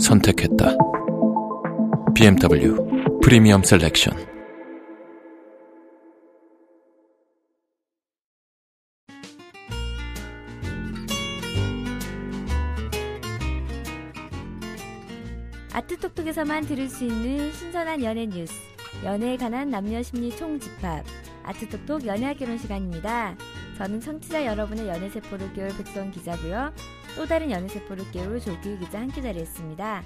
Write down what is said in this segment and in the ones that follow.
선택했다. BMW 프리미엄 셀렉션. 아트톡톡에서만 들을 수 있는 신선한 연애 뉴스, 연애에 관한 남녀 심리 총집합, 아트톡톡 연애학 결혼 시간입니다. 저는 청취자 여러분의 연애 세포를 깨울 백선 기자고요. 또 다른 연애 세포를 깨울 조규 기자 함께 자리했습니다.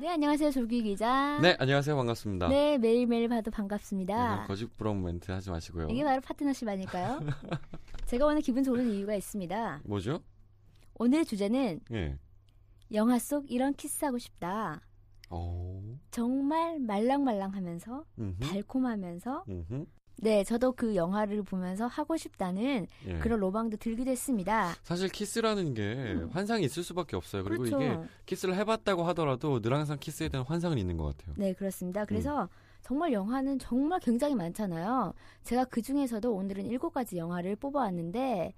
네, 안녕하세요, 조규 기자. 네, 안녕하세요. 반갑습니다. 네, 매일매일 봐도 네, 그렇죠. 반갑습니다. 거짓 부러운 멘트 하지 마시고요. 이게 바로 파트너십 아닐까요? 제가 오늘 기분 좋은 이유가 있습니다. 뭐죠? 오늘 주제는 예. 영화 속 이런 키스하고 싶다. 어. 정말 말랑말랑하면서 음흠. 달콤하면서 음흠. 네, 저도 그 영화를 보면서 하고 싶다는 예. 그런 로망도 들기도 했습니다. 사실 키스라는 게 환상이 있을 수밖에 없어요. 그리고 음. 그렇죠. 이게 키스를 해봤다고 하더라도 늘 항상 키스에 대한 환상은 있는 것 같아요. 네, 음. 그렇습니다. 그래서 정말 영화는 정말 굉장히 많잖아요. 제가 그 중에서도 오늘은 일곱 가지 영화를 뽑아왔는데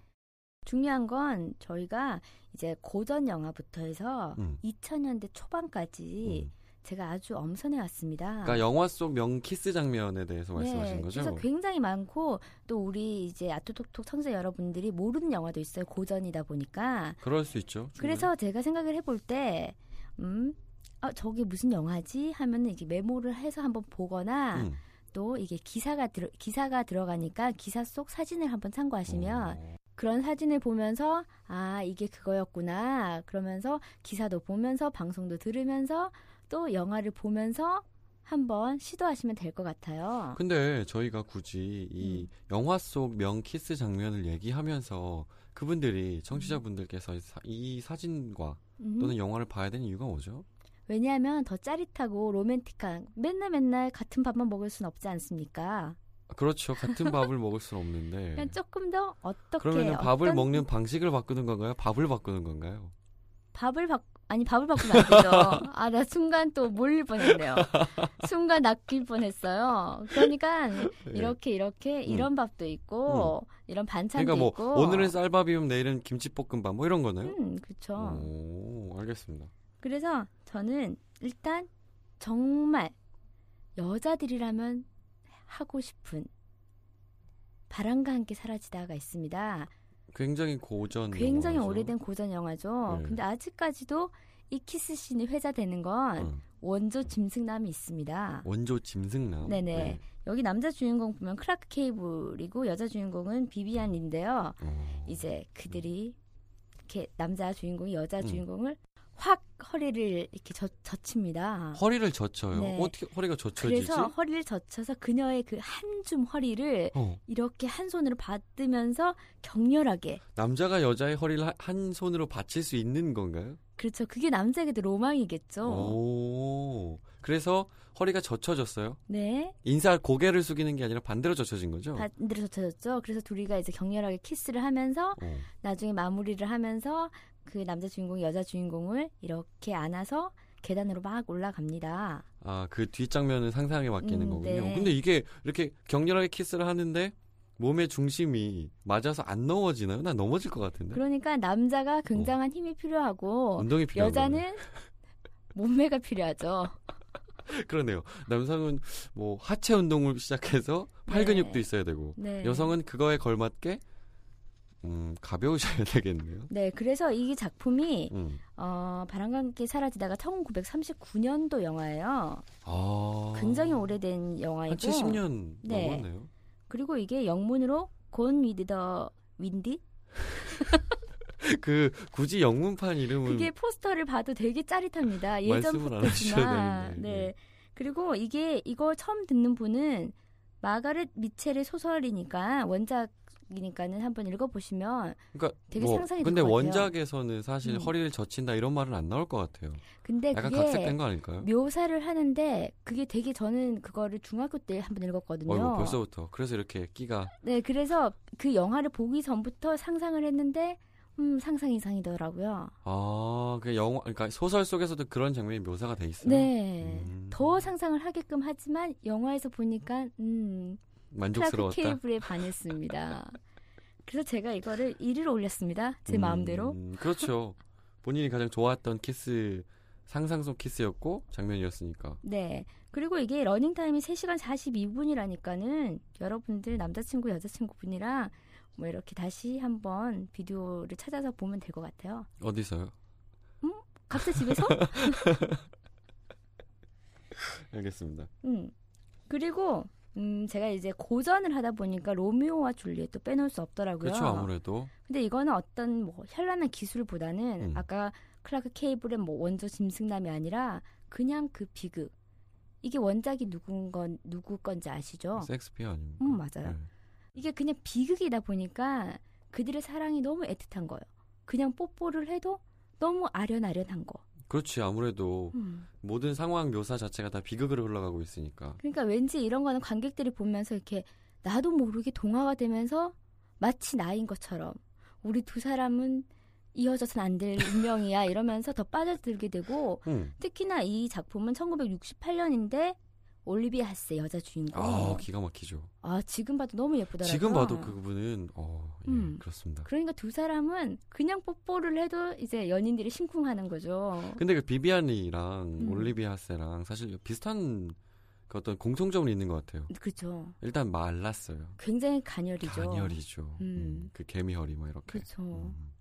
중요한 건 저희가 이제 고전 영화부터 해서 음. 2000년대 초반까지 음. 제가 아주 엄선해 왔습니다. 네, 그러니까 영화 속 명 키스 장면에 대해서 말씀하신 거죠? 그래서 굉장히 많고 또 우리 이제 아토톡톡 청자 여러분들이 모르는 영화도 있어요. 고전이다 보니까 그럴 수 있죠. 그래서 제가 생각을 해볼 때, 음, 아, 저게 무슨 영화지? 하면은 이게 메모를 해서 한번 보거나 충분히. 음. 또 이게 기사가 들어 기사가 들어가니까 기사 속 사진을 한번 참고하시면 어. 그런 사진을 보면서 아 이게 그거였구나 그러면서 기사도 보면서 방송도 들으면서 또 영화를 보면서 한번 시도하시면 될 것 같아요. 근데 저희가 굳이 이 음. 영화 속 명 키스 장면을 얘기하면서 그분들이 청취자분들께서 이 사- 이 사진과 음. 그 또는 영화를 봐야 되는 이유가 뭐죠? 왜냐하면 더 짜릿하고 로맨틱한 맨날 맨날 같은 밥만 먹을 순 없지 않습니까? 그렇죠. 같은 밥을 먹을 수는 없는데. 그냥 조금 더 어떻게 네. 그러면 밥을 어떤 먹는 방식을 바꾸는 건가요? 밥을 바꾸는 건가요? 밥을 바 아니 밥을 바꾸면 안 되죠. 아 나 순간 또 몰릴 뻔했네요. 순간 낚일 뻔했어요. 그러니까 네. 이렇게 이렇게 이런 밥도 있고 이런 반찬도 음. 그러니까 뭐 있고. 오늘은 쌀밥이면 내일은 김치볶음밥 뭐 이런 거나요? 음 그렇죠. 오, 알겠습니다. 그래서 저는 일단 정말 여자들이라면 하고 싶은 바람과 함께 사라지다가 있습니다. 굉장히 고전. 굉장히 영화죠. 오래된 고전 영화죠. 음, 네. 근데 아직까지도 이 키스 씬이 회자되는 건 응. 원조 짐승남이 있습니다. 원조 짐승남. 네네. 네. 여기 남자 주인공 보면 크라크 케이블이고 여자 주인공은 비비안인데요. 어. 이제 그들이 이렇게 남자 주인공이 여자 음. 주인공을 확 허리를 이렇게 젖, 젖힙니다. 허리를 젖혀요. 네. 어떻게 허리가 젖혀지지? 그래서 허리를 젖혀서 그녀의 그 한 줌 허리를 어. 이렇게 한 손으로 받으면서 격렬하게 남자가 여자의 허리를 하- 한 손으로 받칠 수 있는 건가요? 그렇죠. 그게 남자에게도 로망이겠죠. 오. 그래서 허리가 젖혀졌어요. 네. 인사 고개를 숙이는 게 아니라 반대로 젖혀진 거죠? 반대로 젖혀졌죠. 그래서 둘이가 이제 격렬하게 키스를 하면서 어. 나중에 마무리를 하면서 그 남자 주인공이 여자 주인공을 이렇게 안아서 계단으로 막 올라갑니다. 아, 그 뒷장면은 상상에 맡기는 음, 거군요. 네. 근데 이게 이렇게 격렬하게 키스를 하는데 몸의 중심이 맞아서 안 넘어지나요? 난 넘어질 것 같은데. 그러니까 남자가 굉장한 힘이 필요하고 운동이 필요한 어. 뭐 거네요. 여자는 몸매가 필요하죠. 그러네요. 남성은 뭐 하체 운동을 시작해서 팔 네. 근육도 있어야 되고 네. 여성은 그거에 걸맞게 음, 가벼우셔야 되겠네요. 네, 그래서 이 작품이 음. 어, 바람과 함께 사라지다가 1939년도 영화예요. 아. 굉장히 오래된 영화이고 한 70년 네. 넘었네요. 그리고 이게 영문으로 곤 위드 더 윈디 그 굳이 영문판 이름은 그게 포스터를 봐도 되게 짜릿합니다. 예전 음. 말씀을 안 예. 하셔야 포스터지만 되는데. 네. 그리고 이게 이걸 처음 듣는 분은 마가렛 미첼의 소설이니까 원작 원작이니까는 한번 읽어보시면 그러니까 되게 뭐 상상이 될 근데 것 같아요. 원작에서는 사실 음. 허리를 젖힌다 이런 말은 안 나올 것 같아요. 근데 약간 그게 각색된 거 아닐까요? 묘사를 하는데 그게 되게 저는 그거를 중학교 때 한번 읽었거든요. 어이구 벌써부터 그래서 이렇게 끼가 네, 그래서 그 영화를 보기 전부터 상상을 했는데 음, 상상 이상이더라고요. 아, 그 영화, 그러니까 소설 속에서도 그런 장면이 묘사가 돼 있어요. 네. 음. 더 상상을 하게끔 하지만 영화에서 보니까 음, 크라크 만족스러웠다. 케이블에 반했습니다. 그래서 제가 이거를 1위로 올렸습니다. 제 음, 마음대로. 그렇죠. 본인이 가장 좋아했던 키스 상상 속 키스였고 장면이었으니까. 네. 그리고 이게 러닝타임이 3시간 42분이라니까는 여러분들 남자친구, 여자친구분이랑 뭐 이렇게 다시 한번 비디오를 찾아서 보면 될 것 같아요. 어디서요? 각자 집에서? 알겠습니다. 음. 그리고 음, 제가 이제 고전을 하다 보니까 로미오와 줄리엣도 빼놓을 수 없더라고요. 그렇죠 아무래도 근데 이거는 어떤 뭐 현란한 기술보다는 음. 아까 클라크 케이블의 뭐 원조 짐승남이 아니라 그냥 그 비극. 이게 원작이 누군 건 누구 건지 아시죠? 섹스피어 아닙니까? 음, 맞아요. 네. 이게 그냥 비극이다 보니까 그들의 사랑이 너무 애틋한 거예요. 그냥 뽀뽀를 해도 너무 아련아련한 거. 그렇지 아무래도 음. 모든 상황 묘사 자체가 다 비극으로 흘러가고 있으니까. 그러니까 왠지 이런 거는 관객들이 보면서 이렇게 나도 모르게 동화가 되면서 마치 나인 것처럼 우리 두 사람은 이어져서는 안 될 운명이야 이러면서 더 빠져들게 되고 음. 특히나 이 작품은 1968년인데 올리비아 하스 여자 주인공. 아 아, 기가 막히죠. 지금 봐도 너무 예쁘더라고요. 지금 봐도 그분은 어 예, 네. 아. 음. 그렇습니다. 그러니까 두 사람은 그냥 뽀뽀를 해도 이제 연인들이 심쿵하는 거죠. 근데 그 비비안이랑 음. 올리비아 세랑 사실 비슷한 그 어떤 공통점은 있는 것 같아요. 그렇죠. 일단 말랐어요. 굉장히 간열이죠. 단열이죠. 음. 음, 그 개미 허리 뭐 이렇게. 그렇죠. 음.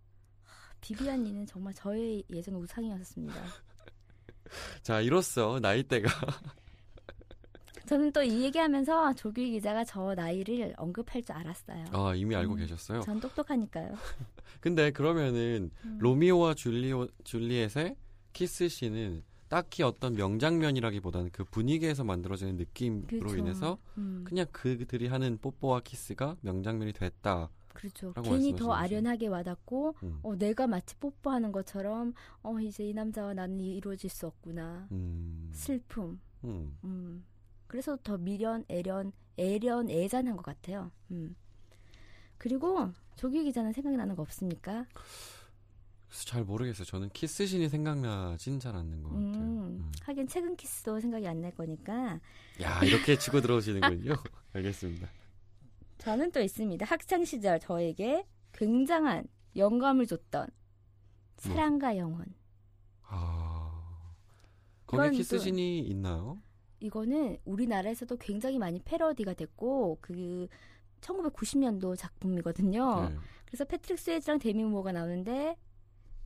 비비안이는 정말 저의 예전 우상이었습니다. 자 이로써 나이대가 저는 또 이 얘기하면서 조규 기자가 저 나이를 언급할 줄 알았어요. 아, 이미 알고 음. 계셨어요. 전 똑똑하니까요. 근데 그러면은 음. 로미오와 줄리오, 줄리엣의 키스 씬은 딱히 어떤 명장면이라기보다는 그 분위기에서 만들어지는 느낌으로 그렇죠. 인해서 음, 그냥 그들이 하는 뽀뽀와 키스가 명장면이 됐다. 그렇죠. 라고 괜히 말씀하시는 더 거죠. 아련하게 와닿고 음. 어, 내가 마치 뽀뽀하는 것처럼 어, 이제 이 남자와 나는 이- 이루어질 수 없구나. 음. 슬픔. 음. 음. 그래서 더 미련, 애련, 애련, 애잔한 것 같아요. 음. 그리고 조규 기자는 생각나는 거 없습니까? 그래서 잘 모르겠어요. 저는 키스 씬이 생각나진 잘 않는 것 같아요. 음, 음. 하긴 최근 키스도 생각이 안 날 거니까 야 이렇게 치고 들어오시는군요. 알겠습니다. 저는 또 있습니다. 학창 시절 저에게 굉장한 영감을 줬던 사랑과 영혼. 아 그건 또- 거기 키스 씬이 있나요? 이거는 우리나라에서도 굉장히 많이 패러디가 됐고 그 1990년도 작품이거든요. 네. 그래서 패트릭 스웨즈랑 데미 모어가 나오는데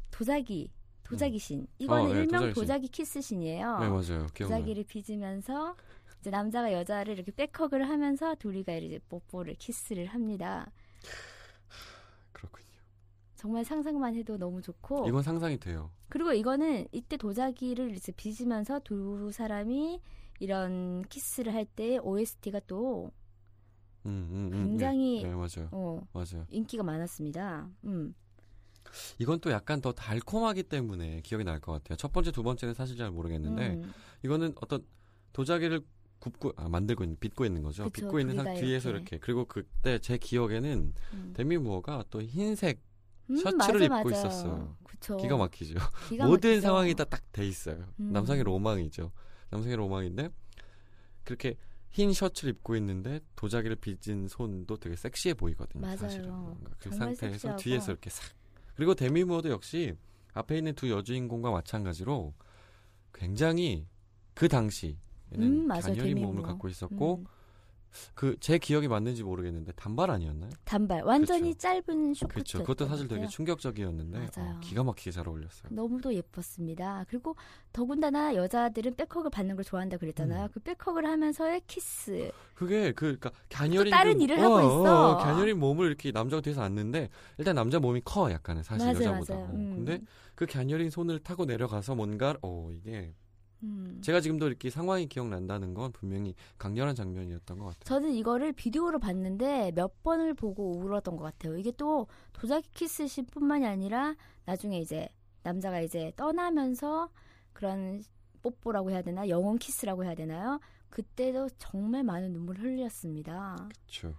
도자기, 도자기 신. 이거는 어, 네, 일명 도자기 신. 도자기 키스 신이에요. 네 맞아요. 기억나요. 도자기를 빚으면서 이제 남자가 여자를 이렇게 백허그를 하면서 둘이가 이제 뽀뽀를 키스를 합니다. 그렇군요. 정말 상상만 해도 너무 좋고 이건 상상이 돼요. 그리고 이거는 이때 도자기를 이제 빚으면서 두 사람이 이런 키스를 할 때 OST가 또 음, 음, 음, 굉장히 네, 네, 맞아요. 어, 맞아요. 인기가 많았습니다. 음. 이건 또 약간 더 달콤하기 때문에 기억이 날 것 같아요. 첫 번째, 두 번째는 사실 잘 모르겠는데 음. 이거는 어떤 도자기를 굽고 아, 만들고 있는 빚고 있는 거죠. 그쵸, 빚고 있는 상 둘이가 뒤에서 이렇게. 이렇게. 그리고 그때 제 기억에는 음. 데미 무어가 또 흰색 음, 셔츠를 맞아, 입고 맞아. 있었어요. 그쵸. 기가 막히죠. 기가 모든 막히죠. 상황이 다 딱 돼 있어요. 음. 남성의 로망이죠. 남성의 로망인데 그렇게 흰 셔츠를 입고 있는데 도자기를 빚은 손도 되게 섹시해 보이거든요. 맞아요. 사실은 뭔가 그 정말 상태에서 섹시하고. 뒤에서 이렇게 싹 그리고 데미 무어도 역시 앞에 있는 두 여주인공과 마찬가지로 굉장히 그 당시 음, 는 맞아요. 단열이 데미 몸을 무어. 갖고 있었고 음. 그 제 기억이 맞는지 모르겠는데 단발 아니었나요? 단발 완전히 그쵸. 짧은 쇼트. 그렇죠. 그것도 사실 되게 충격적이었는데 맞아요. 어, 기가 막히게 잘 어울렸어요. 너무도 예뻤습니다. 그리고 더군다나 여자들은 백허그 받는 걸 좋아한다 그랬잖아요. 음. 그 백허그를 하면서의 키스. 그게 그 그러니까 갸녀린 다른 그- 일을 하고 있어. 갸녀린 몸을 이렇게 남자가 뒤에서 앉는데 일단 남자 몸이 커 약간은 사실 맞아요, 음. 여자보다. 맞아요. 어, 음. 근데 그 갸녀린 손을 타고 내려가서 뭔가 어 이게 음. 제가 지금도 이렇게 상황이 기억난다는 건 분명히 강렬한 장면이었던 것 같아요. 저는 이거를 비디오로 봤는데 몇 번을 보고 울었던 것 같아요. 이게 또 도자기 키스 씬뿐만이 아니라 나중에 이제 남자가 이제 떠나면서 그런 뽀뽀라고 해야 되나 영혼 키스라고 해야 되나요? 그때도 정말 많은 눈물을 흘렸습니다. 그렇죠.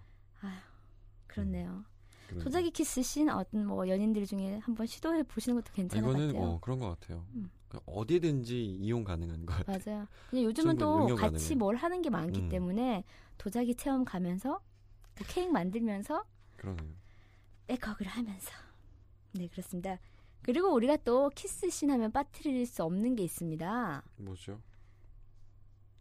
음, 그렇네요. 그런- 도자기 키스 씬 어떤 뭐 연인들 중에 한번 시도해 보시는 것도 괜찮을 것 이거는 같아요. 어, 그런 것 같아요. 음. 그러니까 어디든지 이용 가능한 것 같아요. 맞아요. 근데 요즘은 충분히 또 능력 같이 가능해요. 뭘 하는 게 많기 음. 때문에 도자기 체험 가면서 뭐 케이크 만들면서 그러네요. 백업을 하면서 네 그렇습니다. 그리고 우리가 또 키스씬 하면 빠뜨릴 수 없는 게 있습니다. 뭐죠?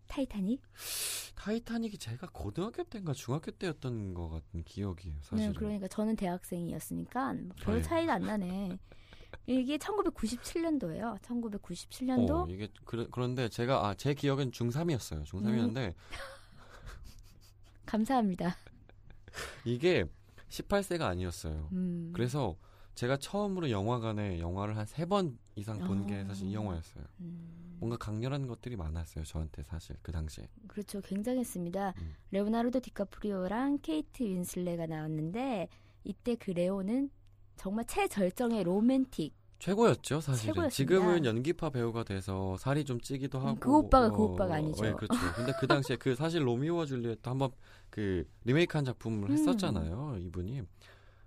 타이타닉. 네, 타이타닉이 제가 고등학교 때인가 중학교 때였던 것 같은 기억이에요. 사실은. 네, 그러니까 저는 대학생이었으니까 뭐 별 네. 차이가 안 나네. 이게 1997년도예요. 1997년도. 어, 이게 그, 그런데 제가 아, 제 기억엔 중3이었어요. 중3이었는데 예. 감사합니다. 이게 18세가 아니었어요. 음. 그래서 제가 처음으로 영화관에 영화를 한 세 번 이상 본 게 어. 사실 이 영화였어요. 음, 뭔가 강렬한 것들이 많았어요. 저한테 사실 그 당시에. 그렇죠. 굉장했습니다. 음. 레오나르도 디카프리오랑 케이트 윈슬레가 나왔는데 이때 그 레오는 정말 최절정의 로맨틱. 최고였죠, 사실은. 최고였습니다. 지금은 연기파 배우가 돼서 살이 좀 찌기도 하고. 그 오빠가 그 오빠가 아니죠. 예, 그렇죠. 근데 그 당시에 그 사실 로미오와 줄리엣도 한번 그 리메이크한 작품을 음. 했었잖아요, 이분이.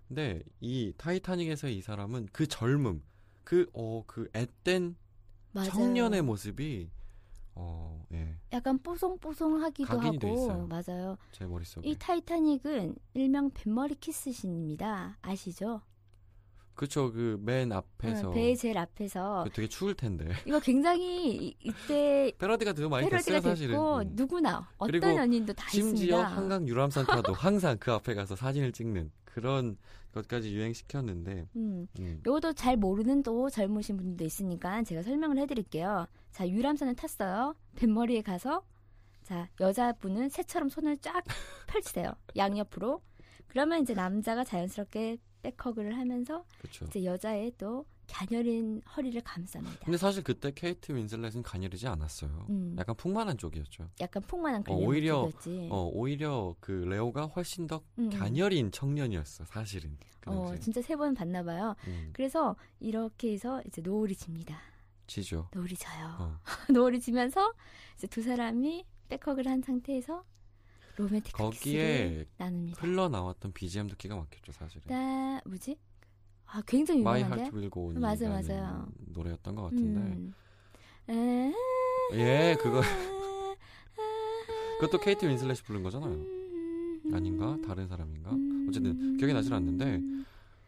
근데 이 타이타닉에서 이 사람은 그 젊음, 그 어, 그 앳된 맞아요. 청년의 모습이 어, 예, 약간 뽀송뽀송하기도 각인이 돼 하고 있어요. 맞아요. 제 머릿속에. 이 타이타닉은 일명 뱃머리 키스신입니다. 아시죠? 그렇죠. 그 맨 어, 앞에서 배의 제일 앞에서 그 되게 추울 텐데. 이거 굉장히 이- 이때 패러디가 되게 많이 패러디가 됐어요, 됐고 사실은. 음. 누구나 어떤 그리고 연인도 다 심지어 있습니다. 한강 유람선 타도 항상 그 앞에 가서 사진을 찍는 그런 것까지 유행시켰는데 음. 음, 요것도 잘 모르는 또 젊으신 분들도 있으니까 제가 설명을 해드릴게요. 자, 유람선을 탔어요. 뱃머리에 가서 자 여자분은 새처럼 손을 쫙 펼치세요. 양옆으로. 그러면 이제 남자가 자연스럽게 백허그를 하면서 그렇죠. 이제 여자의 또 갸녀린 허리를 감쌉니다. 근데 사실 그때 케이트 윈슬렛은 가녀리지 않았어요. 음, 약간 풍만한 쪽이었죠. 약간 풍만한 그림 오히려, 모습이었지. 어, 오히려 그 레오가 훨씬 더 네. 음, 음. 가녀린 청년이었어, 사실은. 그 어, 당시에. 진짜 세 번 봤나 봐요. 음, 그래서 이렇게 해서 이제 노을이 집니다. 지죠. 노을이 져요. 어. 노을이 지면서 이제 두 사람이 백허그를 한 상태에서 로맨틱 키스를 거기에 나눕니다. 흘러나왔던 BGM도 기가 막혔죠, 사실은. 따 뭐지? 아 굉장히 네, 마이 유명한데. 하트 밀고 온 맞아, 맞아요. 노래였던 것 같은데. 음. 예, 아, 그거- 그것도 케이트 윈슬렛이 부른 거잖아요. 윈슬레잖아요. 아닌가? 다른 사람인가? 음. 어쨌든 기억이 나질 않는데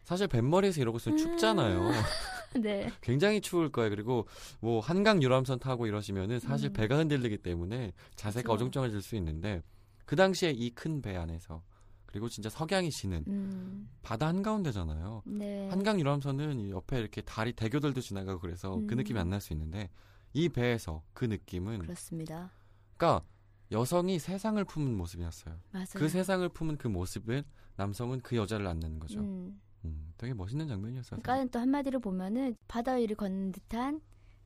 사실 뱃머리에서 이러고 음. 있으면 춥잖아요. 네. 굉장히 추울 거예요. 그리고 뭐 한강 유람선 타고 이러시면은 사실 음. 배가 흔들리기 때문에 자세가 그렇죠. 어정쩡해질 수 있는데 그 당시에 이 큰 배 안에서 그리고 진짜 석양이 지는 음, 바다 한가운데잖아요. 네. 한강 유람선은 이 옆에 이렇게 다리 대교들도 지나가고 그래서 그 음. 그렇죠. 느낌이 안 날 수 있는데 이 배에서 그 느낌은 그러 그렇습니다. 니까 여성이 세상을 품은 모습이었어요. 맞아요. 그 세상을 품은 그 모습을 남성은 그 여자를 안는 거죠. 음. 음. 되게 멋있는 장면이었어요. 그러니까 또 한마디로 보면은 바다 위를 걷는 듯한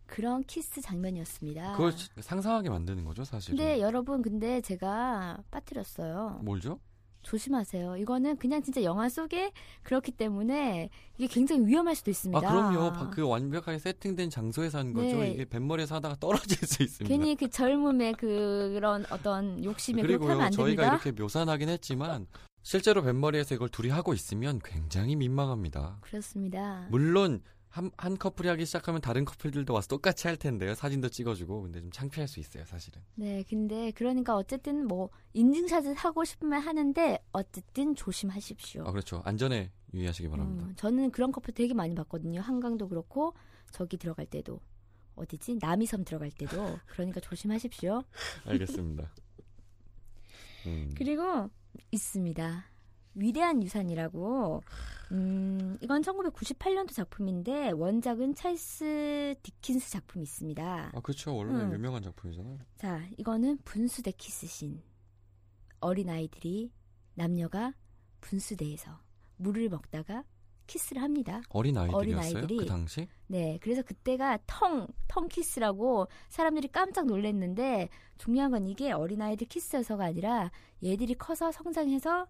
그런 키스 장면이었습니다. 그걸 지- 상상하게 만드는 거죠, 사실은. 근데 여러분 근데 제가 빠뜨렸어요. 뭘죠? 조심하세요. 이거는 그냥 진짜 영화 속에 그렇기 때문에 이게 굉장히 위험할 수도 아, 있습니다. 그럼요. 바- 그 완벽하게 세팅된 장소에서 한 거죠. 네. 이게 뱃머리에서 하다가 떨어질 수 있습니다. 괜히 그 젊음의 그- 그런 어떤 욕심에 그렇게 하면 네. 그리고요, 안 저희가 됩니다. 이렇게 묘사하긴 했지만 실제로 뱃머리에서 이걸 둘이 하고 있으면 굉장히 민망합니다. 그렇습니다. 물론 한, 한 커플이 하기 시작하면 다른 커플들도 와서 똑같이 할 텐데요. 사진도 찍어주고. 근데 좀 창피할 수 있어요, 사실은. 네, 근데 그러니까 어쨌든 뭐 인증샷을 하고 싶으면 하는데 어쨌든 조심하십시오. 아, 그렇죠. 안전에 유의하시기 바랍니다. 음, 저는 그런 커플 되게 많이 봤거든요. 한강도 그렇고 저기 들어갈 때도 어디지 남이섬 들어갈 때도 그러니까 조심하십시오. 알겠습니다. 음. 그리고 있습니다. 위대한 유산이라고. 음, 이건 1998년도 작품인데 원작은 찰스 디킨스 작품이 있습니다. 아, 그렇죠. 원래 음. 유명한 작품이잖아요. 자, 이거는 분수대 키스신. 어린 아이들이 남녀가 분수대에서 물을 먹다가 키스를 합니다. 어린 아이들이었어요 아이들이 그 당시? 네, 그래서 그때가 텅, 텅 키스라고 사람들이 깜짝 놀랐는데 중요한 건 이게 어린아이들 키스여서가 아니라 얘들이 커서 성장해서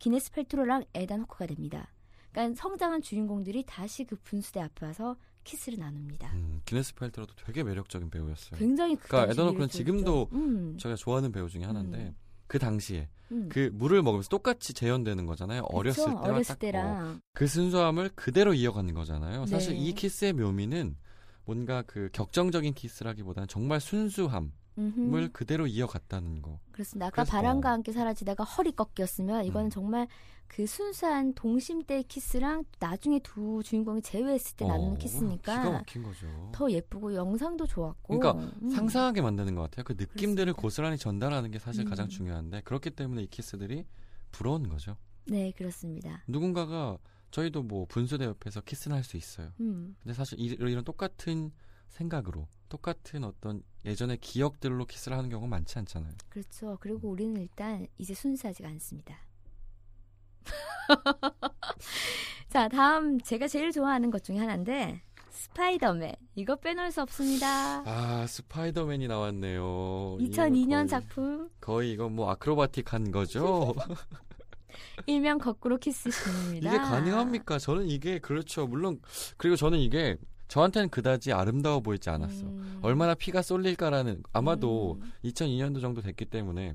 기네스 펠트로랑 에단 호크가 됩니다. 그러니까 성장한 주인공들이 다시 그 분수대 앞에 와서 키스를 나눕니다. 음, 기네스 펠트로도 되게 매력적인 배우였어요. 굉장히 그 그러니까 당시 에단 호크는 매력적이죠. 지금도 음, 제가 좋아하는 배우 중에 하나인데 음. 그 당시에 음. 그 물을 먹으면서 똑같이 재현되는 거잖아요. 어렸을 그쵸? 때와 어렸을 딱 뭐, 때랑 그 순수함을 그대로 이어가는 거잖아요. 사실 네. 이 키스의 묘미는 뭔가 그 격정적인 키스라기보다는 정말 순수함을 음흠. 그대로 이어갔다는 거. 그렇습니다. 아까 그래서- 바람과 함께 사라지다가 허리 꺾였으면 이거는 음. 정말 그 순수한 동심 때의 키스랑 나중에 두 주인공이 제외했을 때 나누는 어, 기가 키스니까 막힌 거죠. 더 예쁘고 영상도 좋았고 그러니까 음. 상상하게 만드는 것 같아요. 그 느낌들을 그렇습니다. 고스란히 전달하는 게 사실 가장 음. 중요한데 그렇기 때문에 이 키스들이 부러운 거죠. 네 그렇습니다. 누군가가 저희도 뭐 분수대 옆에서 키스는 할 수 있어요. 음. 근데 사실 이- 이런 똑같은 생각으로 똑같은 어떤 예전의 기억들로 키스를 하는 경우가 많지 않잖아요. 그렇죠. 그리고 우리는 일단 이제 순수하지가 않습니다. 자, 다음 제가 제일 좋아하는 것 중에 하나인데 스파이더맨. 이거 빼놓을 수 없습니다. 아 스파이더맨이 나왔네요. 2002년 이거 거의- 작품 거의 이건 뭐 아크로바틱한 거죠. 일명 거꾸로 키스 신입니다. 이게 가능합니까? 저는 이게 그렇죠. 물론 그리고 저는 이게 저한테는 그다지 아름다워 보이지 않았어. 음. 얼마나 피가 쏠릴까라는 아마도 음. 2002년도 정도 됐기 때문에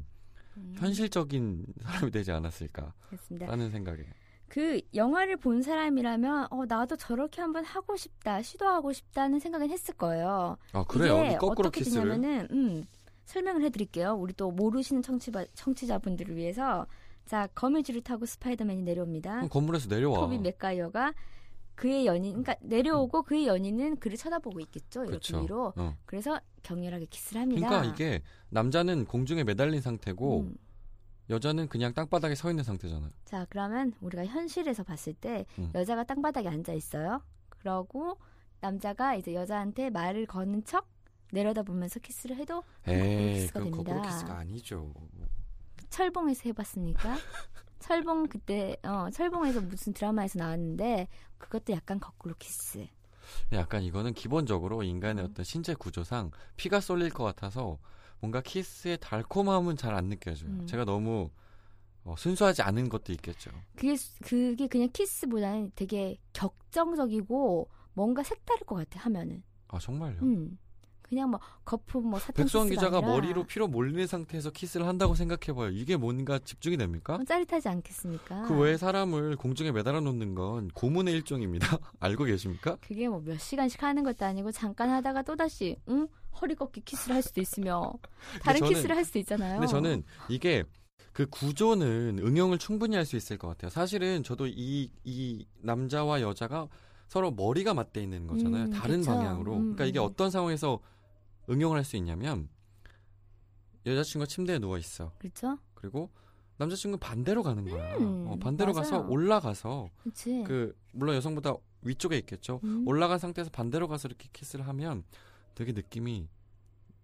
음. 현실적인 사람이 되지 않았을까라는 그렇습니다. 생각에 그 영화를 본 사람이라면 어 나도 저렇게 한번 하고 싶다, 시도하고 싶다는 생각은 했을 거예요. 아 그래요 이게 이 거꾸로 어떻게 키스를 되냐면은 음, 설명을 해드릴게요. 우리 또 모르시는 청취자, 청취자분들을 위해서 자 거미줄을 타고 스파이더맨이 내려옵니다. 그럼 건물에서 내려와 토비 맥가이어가 그의 연인, 그러니까 내려오고 그의 연인은 그를 쳐다보고 있겠죠. 이렇게 음. 그쵸. 위로. 어. 그래서 격렬하게 키스를 합니다. 그러니까 이게 뭐 남자는 공중에 매달린 상태고 음. 여자는 그냥 땅바닥에 서 있는 상태잖아요 자, 그러면 우리가 현실에서 봤을 때 음. 여자가 땅바닥에 앉아 있어요. 그러고 남자가 이제 여자한테 말을 거는 척 내려다보면서 키스를 해도 에이 키스가 네, 그건 거꾸로 됩니다. 키스가 아니죠 철봉에서 해봤으니까 철봉 그때 어 철봉에서 무슨 드라마에서 나왔는데 그것도 약간 거꾸로 키스. 근데 약간 이거는 기본적으로 인간의 음. 어떤 신체 구조상 피가 쏠릴 것 같아서 뭔가 키스의 달콤함은 잘 안 느껴져요 음. 제가 너무 어, 순수하지 않은 것도 있겠죠 그게 수- 그게 그냥 키스보다는 되게 격정적이고 뭔가 색다를 것 같아 하면은. 아 정말요 음. 그냥 뭐 거품 뭐 사탕 백수원 키스가 기자가 아니라 머리로 피로 몰리는 상태에서 키스를 한다고 생각해봐요. 이게 뭔가 집중이 됩니까? 어, 짜릿하지 않겠습니까? 그 외에 사람을 공중에 매달아 놓는 건 고문의 일종입니다. 알고 계십니까? 그게 뭐 몇 시간씩 하는 것도 아니고 잠깐 하다가 또다시 응? 허리 꺾기 키스를 할 수도 있으며 다른 저는- 키스를 할 수도 있잖아요. 근데 저는 이게 그 구조는 응용을 충분히 할 수 있을 것 같아요. 사실은 저도 이, 이 남자와 여자가 서로 머리가 맞대 있는 거잖아요. 음, 다른 그쵸. 방향으로. 음, 그러니까 이게 음. 어떤 상황에서 응용을 할 수 있냐면 여자친구가 침대에 누워 있어. 그렇죠? 그리고 남자친구는 반대로 가는 거야. 음, 어, 반대로 가서 맞아요. 올라가서 그렇지. 그 물론 여성보다 위쪽에 있겠죠. 음. 올라간 상태에서 반대로 가서 이렇게 키스를 하면 되게 느낌이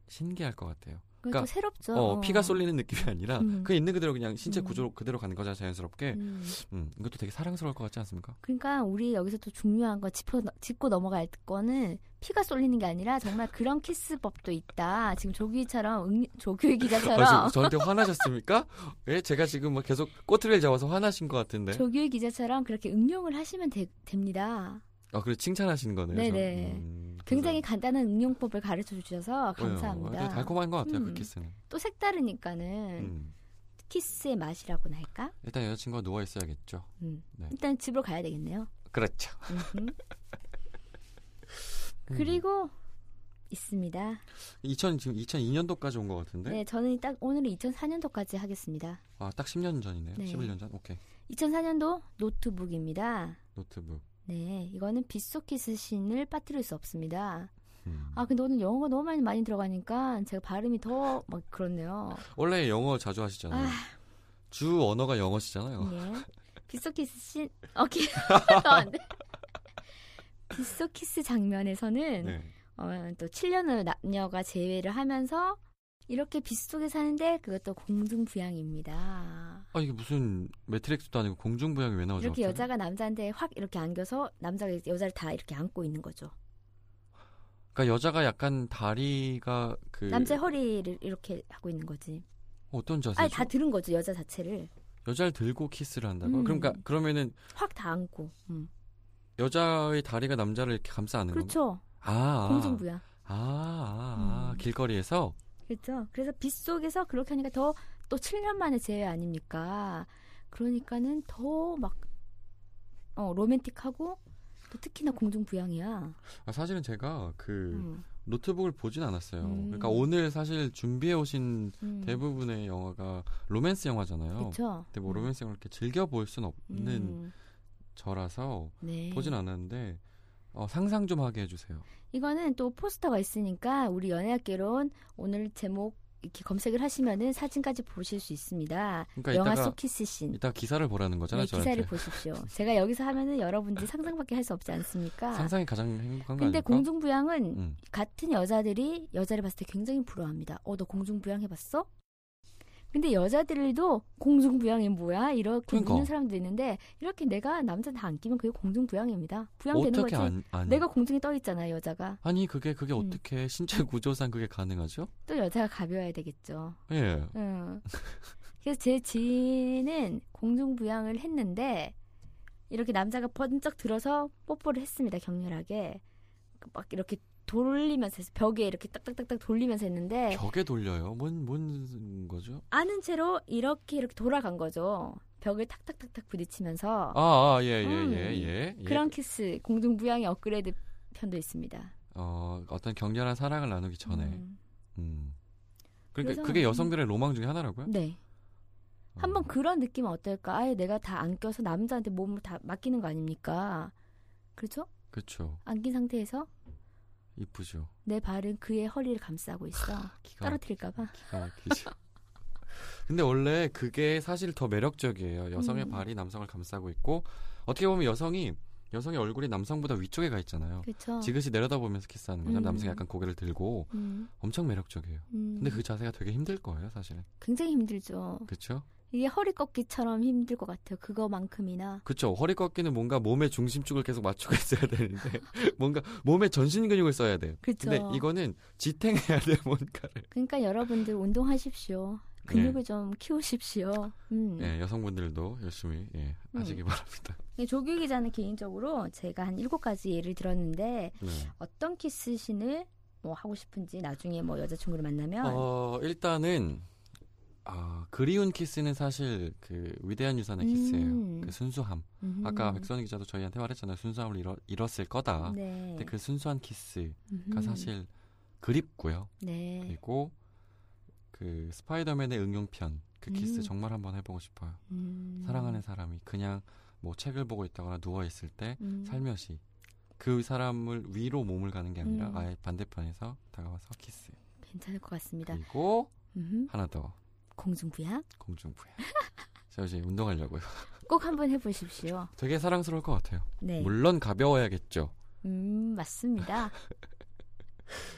신기할 것 같아요. 그것도 그러니까, 새롭죠. 어, 피가 쏠리는 느낌이 아니라 음. 그 있는 그대로 그냥 신체 음. 구조로 그대로 가는 거잖아 자연스럽게. 음. 음, 이것도 되게 사랑스러울 것 같지 않습니까? 그러니까 우리 여기서 또 중요한 거 짚어 짚고 넘어갈 거는 피가 쏠리는 게 아니라 정말 그런 키스법도 있다. 지금 조규희처럼 응, 조규희 기자처럼 아, 지금 저한테 화나셨습니까? 예, 제가 지금 막 계속 꼬투리를 잡아서 화나신 것 같은데. 조규희 기자처럼 그렇게 응용을 하시면 되- 됩니다. 아, 그래 칭찬하시는 거네요. 저- 네네. 음, 굉장히 간단한 응용법을 가르쳐 주셔서 그래서- 어, 감사합니다. 되게 달콤한 것 같아요 그 음. 네. 키스는. 또 색다르니까는 음. 키스의 맛이라고나 할까? 일단 여자친구가 누워 있어야겠죠. 음. 네. 일단 집으로 가야 되겠네요. 그렇죠. 음흠. 그리고 있습니다. 2000 음. 지금 2002년도까지 온 것 같은데. 네? 저는 딱 오늘은 2004년도까지 하겠습니다. 아, 딱 10년 전이네요. 네. 11년 전. 오케이. 2004년도 노트북입니다. 노트북. 네, 이거는 빗속 키스 신을 빠뜨릴 수 없습니다. 음. 아, 근데 오늘 영어가 너무 많이 많이 들어가니까 제가 발음이 더 막 그렇네요. 원래 영어 자주 하시잖아요. 아. 주 언어가 영어시잖아요. 예. 빗속 키스 신, 어, 기, 또 안 돼. 빗속 키스 장면에서는 네. 어, 또 7년을 남녀가 재회를 하면서 이렇게 빗속에 사는데 그것도 공중부양입니다. 아 이게 무슨 매트릭스도 아니고 공중부양이 왜 나오죠? 이렇게 갑자기? 여자가 남자한테 확 이렇게 안겨서 남자가 이제 여자를 다 이렇게 안고 있는 거죠. 그러니까 여자가 약간 다리가 그 남자 의 허리를 이렇게 하고 있는 거지. 어떤 자세죠? 아니 다 들은 거죠 여자 자체를 여자를 들고 키스를 한다고? 음. 그러니까 그러면은 확 다 안고. 음. 여자의 다리가 남자를 이렇게 감싸 안는 건가? 그렇죠. 네, 아, 아. 공중부양. 아, 아, 아. 음. 길거리에서 그렇죠. 그래서 빗속에서 그렇게 하니까 더 또 7년 만에 재회 아닙니까? 그러니까는 더 막 어, 로맨틱하고 또 특히나 공중 부양이야. 아, 사실은 제가 그 음, 노트북을 보진 않았어요. 음. 그러니까 오늘 사실 준비해 오신 음. 대부분의 영화가 로맨스 영화잖아요. 그렇죠. 근데 뭐 로맨스 영화를 이렇게 즐겨 볼 수는 음. 없는 저라서 네. 예. 보진 않았는데 어, 상상 좀 하게 해주세요. 이거는 또 포스터가 있으니까 우리 연예학개론 오늘 제목 이렇게 검색을 하시면은 사진까지 보실 수 있습니다. 그러니까 영화 이따가 속 키스씬. 이따 기사를 보라는 거잖아요. 네, 저한테. 기사를 보십시오. 제가 여기서 하면은 여러분들이 상상밖에 할 수 없지 않습니까? 상상이 가장 행복한 거 근데 아닐까? 공중부양은 음. 같은 여자들이 여자를 봤을 때 굉장히 부러워합니다. 어, 너 공중부양 해봤어? 근데 여자들도 공중부양이 뭐야? 이렇게 그러니까. 묻는 사람도 있는데 이렇게 내가 남자 다 안 끼면 그게 공중부양입니다. 부양되는 어떻게 거지. 안, 안 내가 공중에 떠 있잖아 여자가. 아니 그게 그게 음. 어떻게 신체 구조상 그게 가능하죠? 또 여자가 가벼워야 되겠죠. 예. 응. 그래서 제 지인은 공중부양을 했는데 이렇게 남자가 번쩍 들어서 뽀뽀를 했습니다 격렬하게 그막 이렇게 돌리면서 해서 벽에 이렇게 딱딱딱딱 돌리면서 했는데 벽에 돌려요. 뭔 뭔 거죠? 아는 채로 이렇게 이렇게 돌아간 거죠. 벽을 탁탁탁탁 부딪히면서 아, 아, 예, 예, 어. 음. 예, 예, 예. 그런 키스 공중부양의 업그레이드 편도 있습니다. 어, 어떤 격렬한 사랑을 나누기 전에. 음. 음. 그러니까 그래서- 음. 그게 여성들의 로망 중에 하나라고요? 네. 어. 한번 그런 느낌은 어떨까? 아예 내가 다 안 껴서 남자한테 몸을 다 맡기는 거 아닙니까? 그렇죠? 그렇죠. 안 낀 상태에서 이쁘죠. 내 발은 그의 허리를 감싸고 있어. 기가 막- 떨어뜨릴까봐. 기가 막히죠. 근데 원래 그게 사실 더 매력적이에요. 여성의 음. 발이 남성을 감싸고 있고 어떻게 보면 여성이 여성의 얼굴이 남성보다 위쪽에 가 있잖아요. 그렇죠. 지그시 내려다보면서 키스하는 거죠. 음. 남성이 약간 고개를 들고 음, 엄청 매력적이에요. 음. 근데 그 자세가 되게 힘들 거예요, 사실은. 굉장히 힘들죠. 그렇죠? 이게 허리 꺾기처럼 힘들 것 같아요. 그거만큼이나. 그렇죠. 허리 꺾기는 뭔가 몸의 중심축을 계속 맞추고 있어야 되는데 뭔가 몸의 전신 근육을 써야 돼요. 그렇죠. 근데 이거는 지탱해야 돼 뭔가를. 그러니까 여러분들 운동하십시오. 네. 근육을 좀 키우십시오. 음. 예, 여성분들도 열심히 예, 하시기 바랍니다. 이 네, 조규 기자는 개인적으로 제가 한 일곱 가지 예를 들었는데 네. 어떤 키스신을 뭐 하고 싶은지 나중에 뭐 여자친구를 만나면 어, 네. 일단은 아, 그리운 키스는 사실 그 위대한 유산의 음. 키스예요. 그 순수함. 음. 아까 백선희 기자도 저희한테 말했잖아요. 순수함을 잃어, 잃었을 거다. 네. 근데 그 순수한 키스가 음흠. 사실 그립고요. 네. 그리고 그 스파이더맨의 응용편 그 키스 음. 정말 한번 해보고 싶어요. 음. 사랑하는 사람이 그냥 뭐 책을 보고 있다거나 누워 있을 때 음. 살며시 그 사람을 위로 몸을 가는 게 아니라 음. 아예 반대편에서 다가와서 키스. 괜찮을 것 같습니다. 그리고 음흠. 하나 더 공중부양 공중부양. 저 이제 운동하려고요. 꼭 한번 해보십시오. 되게 사랑스러울 것 같아요. 네, 물론 가벼워야겠죠. 음 맞습니다.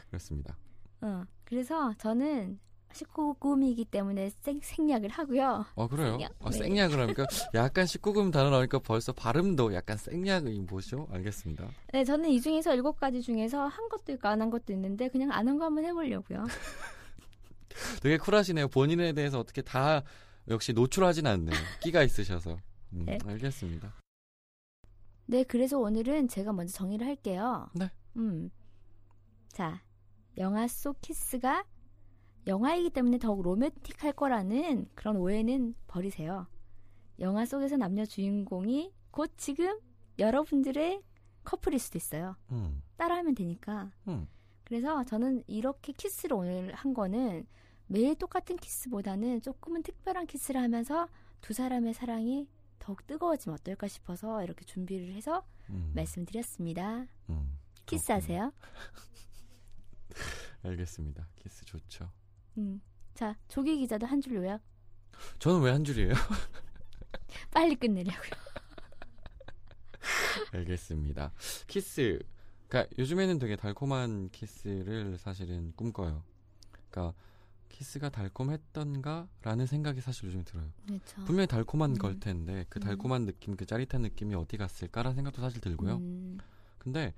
그렇습니다. 어, 그래서 저는 19금이기 때문에 생, 생략을 하고요. 어 그래요. 생략. 어, 네. 생략을 하니까 약간 19금 단어 나오니까 벌써 발음도 약간 생략이 뭐죠? 알겠습니다. 네, 저는 이 중에서 일곱 가지 중에서 한 것도 있고 안 한 것도 있는데 그냥 안 한 거 한번 해보려고요. 되게 쿨하시네요. 본인에 대해서 어떻게 다 역시 노출하진 않네요. 끼가 있으셔서. 음, 네. 알겠습니다. 네, 그래서 오늘은 제가 먼저 정의를 할게요. 네. 음. 자, 영화 속 키스가 영화이기 때문에 더욱 로맨틱할 거라는 그런 오해는 버리세요. 영화 속에서 남녀 주인공이 곧 지금 여러분들의 커플일 수도 있어요. 음, 따라하면 되니까. 음. 그래서 저는 이렇게 키스를 오늘 한 거는 매일 똑같은 키스보다는 조금은 특별한 키스를 하면서 두 사람의 사랑이 더욱 뜨거워지면 어떨까 싶어서 이렇게 준비를 해서 음, 말씀드렸습니다. 음. 키스하세요. 그렇군요. 알겠습니다. 키스 좋죠. 음. 자, 조기 기자도 한 줄 요약. 저는 왜 한 줄이에요? 빨리 끝내려고요. 알겠습니다. 키스. 그러니까 요즘에는 되게 달콤한 키스를 사실은 꿈꿔요. 그러니까 키스가 달콤했던가라는 생각이 사실 요즘 들어요. 그렇죠. 분명히 달콤한 음. 걸 텐데 그 음. 달콤한 느낌, 그 짜릿한 느낌이 어디 갔을까라는 생각도 사실 들고요. 음, 근데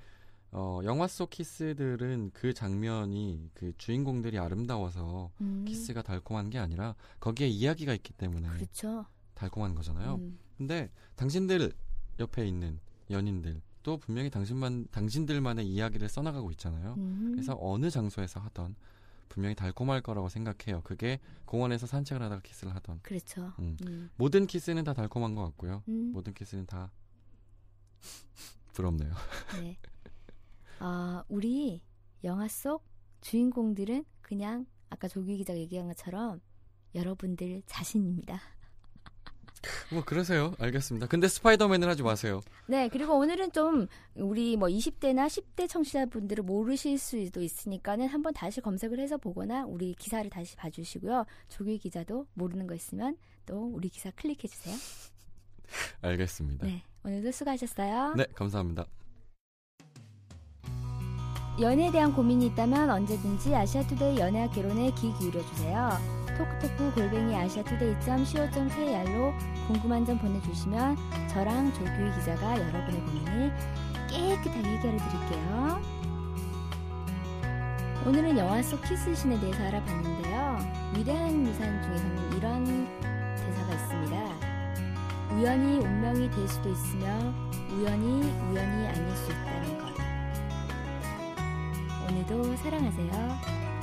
어, 영화 속 키스들은 그 장면이 그 주인공들이 아름다워서 음. 키스가 달콤한 게 아니라 거기에 이야기가 있기 때문에 그렇죠. 달콤한 거잖아요. 음. 근데 당신들 옆에 있는 연인들 또 분명히 당신만 당신들만의 이야기를 써나가고 있잖아요. 음. 어, 그래서 어느 장소에서 하던 분명히 달콤할 거라고 생각해요. 그게 공원에서 산책을 하다가 키스를 하던 그렇죠. 음. 뭐 음. 모든 키스는 다 달콤한 것 같고요. 음. 모든 키스는 다 부럽네요. 네. 아, 우리 영화 속 주인공들은 그냥 아까 조규 기자가 얘기한 것처럼 여러분들 자신입니다. 뭐 그러세요. 알겠습니다. 근데 스파이더맨을 하지 마세요. 네, 그리고 오늘은 좀 우리 뭐 20대나 10대 청취자분들을 모르실 수도 있으니까는 한번 다시 검색을 해서 보거나 우리 기사를 다시 봐주시고요. 조규 기자도 모르는 거 있으면 또 우리 기사 클릭해 주세요. 알겠습니다. 네, 오늘도 수고하셨어요. 네 감사합니다. 연애에 대한 고민이 있다면 언제든지 아시아투데이 연애학 개론에 귀 기울여주세요. 토크토크 골뱅이 아시아투데이.co.kr로 궁금한 점 보내주시면 저랑 조규희 기자가 여러분의 고민을 깨끗하게 해결해드릴게요. 오늘은 영화 속 키스신에 대해서 알아봤는데요. 위대한 유산 중에서는 이런 대사가 있습니다. 우연히 운명이 될 수도 있으며 우연히 우연이 아닐 수 있다는 것. 오늘도 사랑하세요.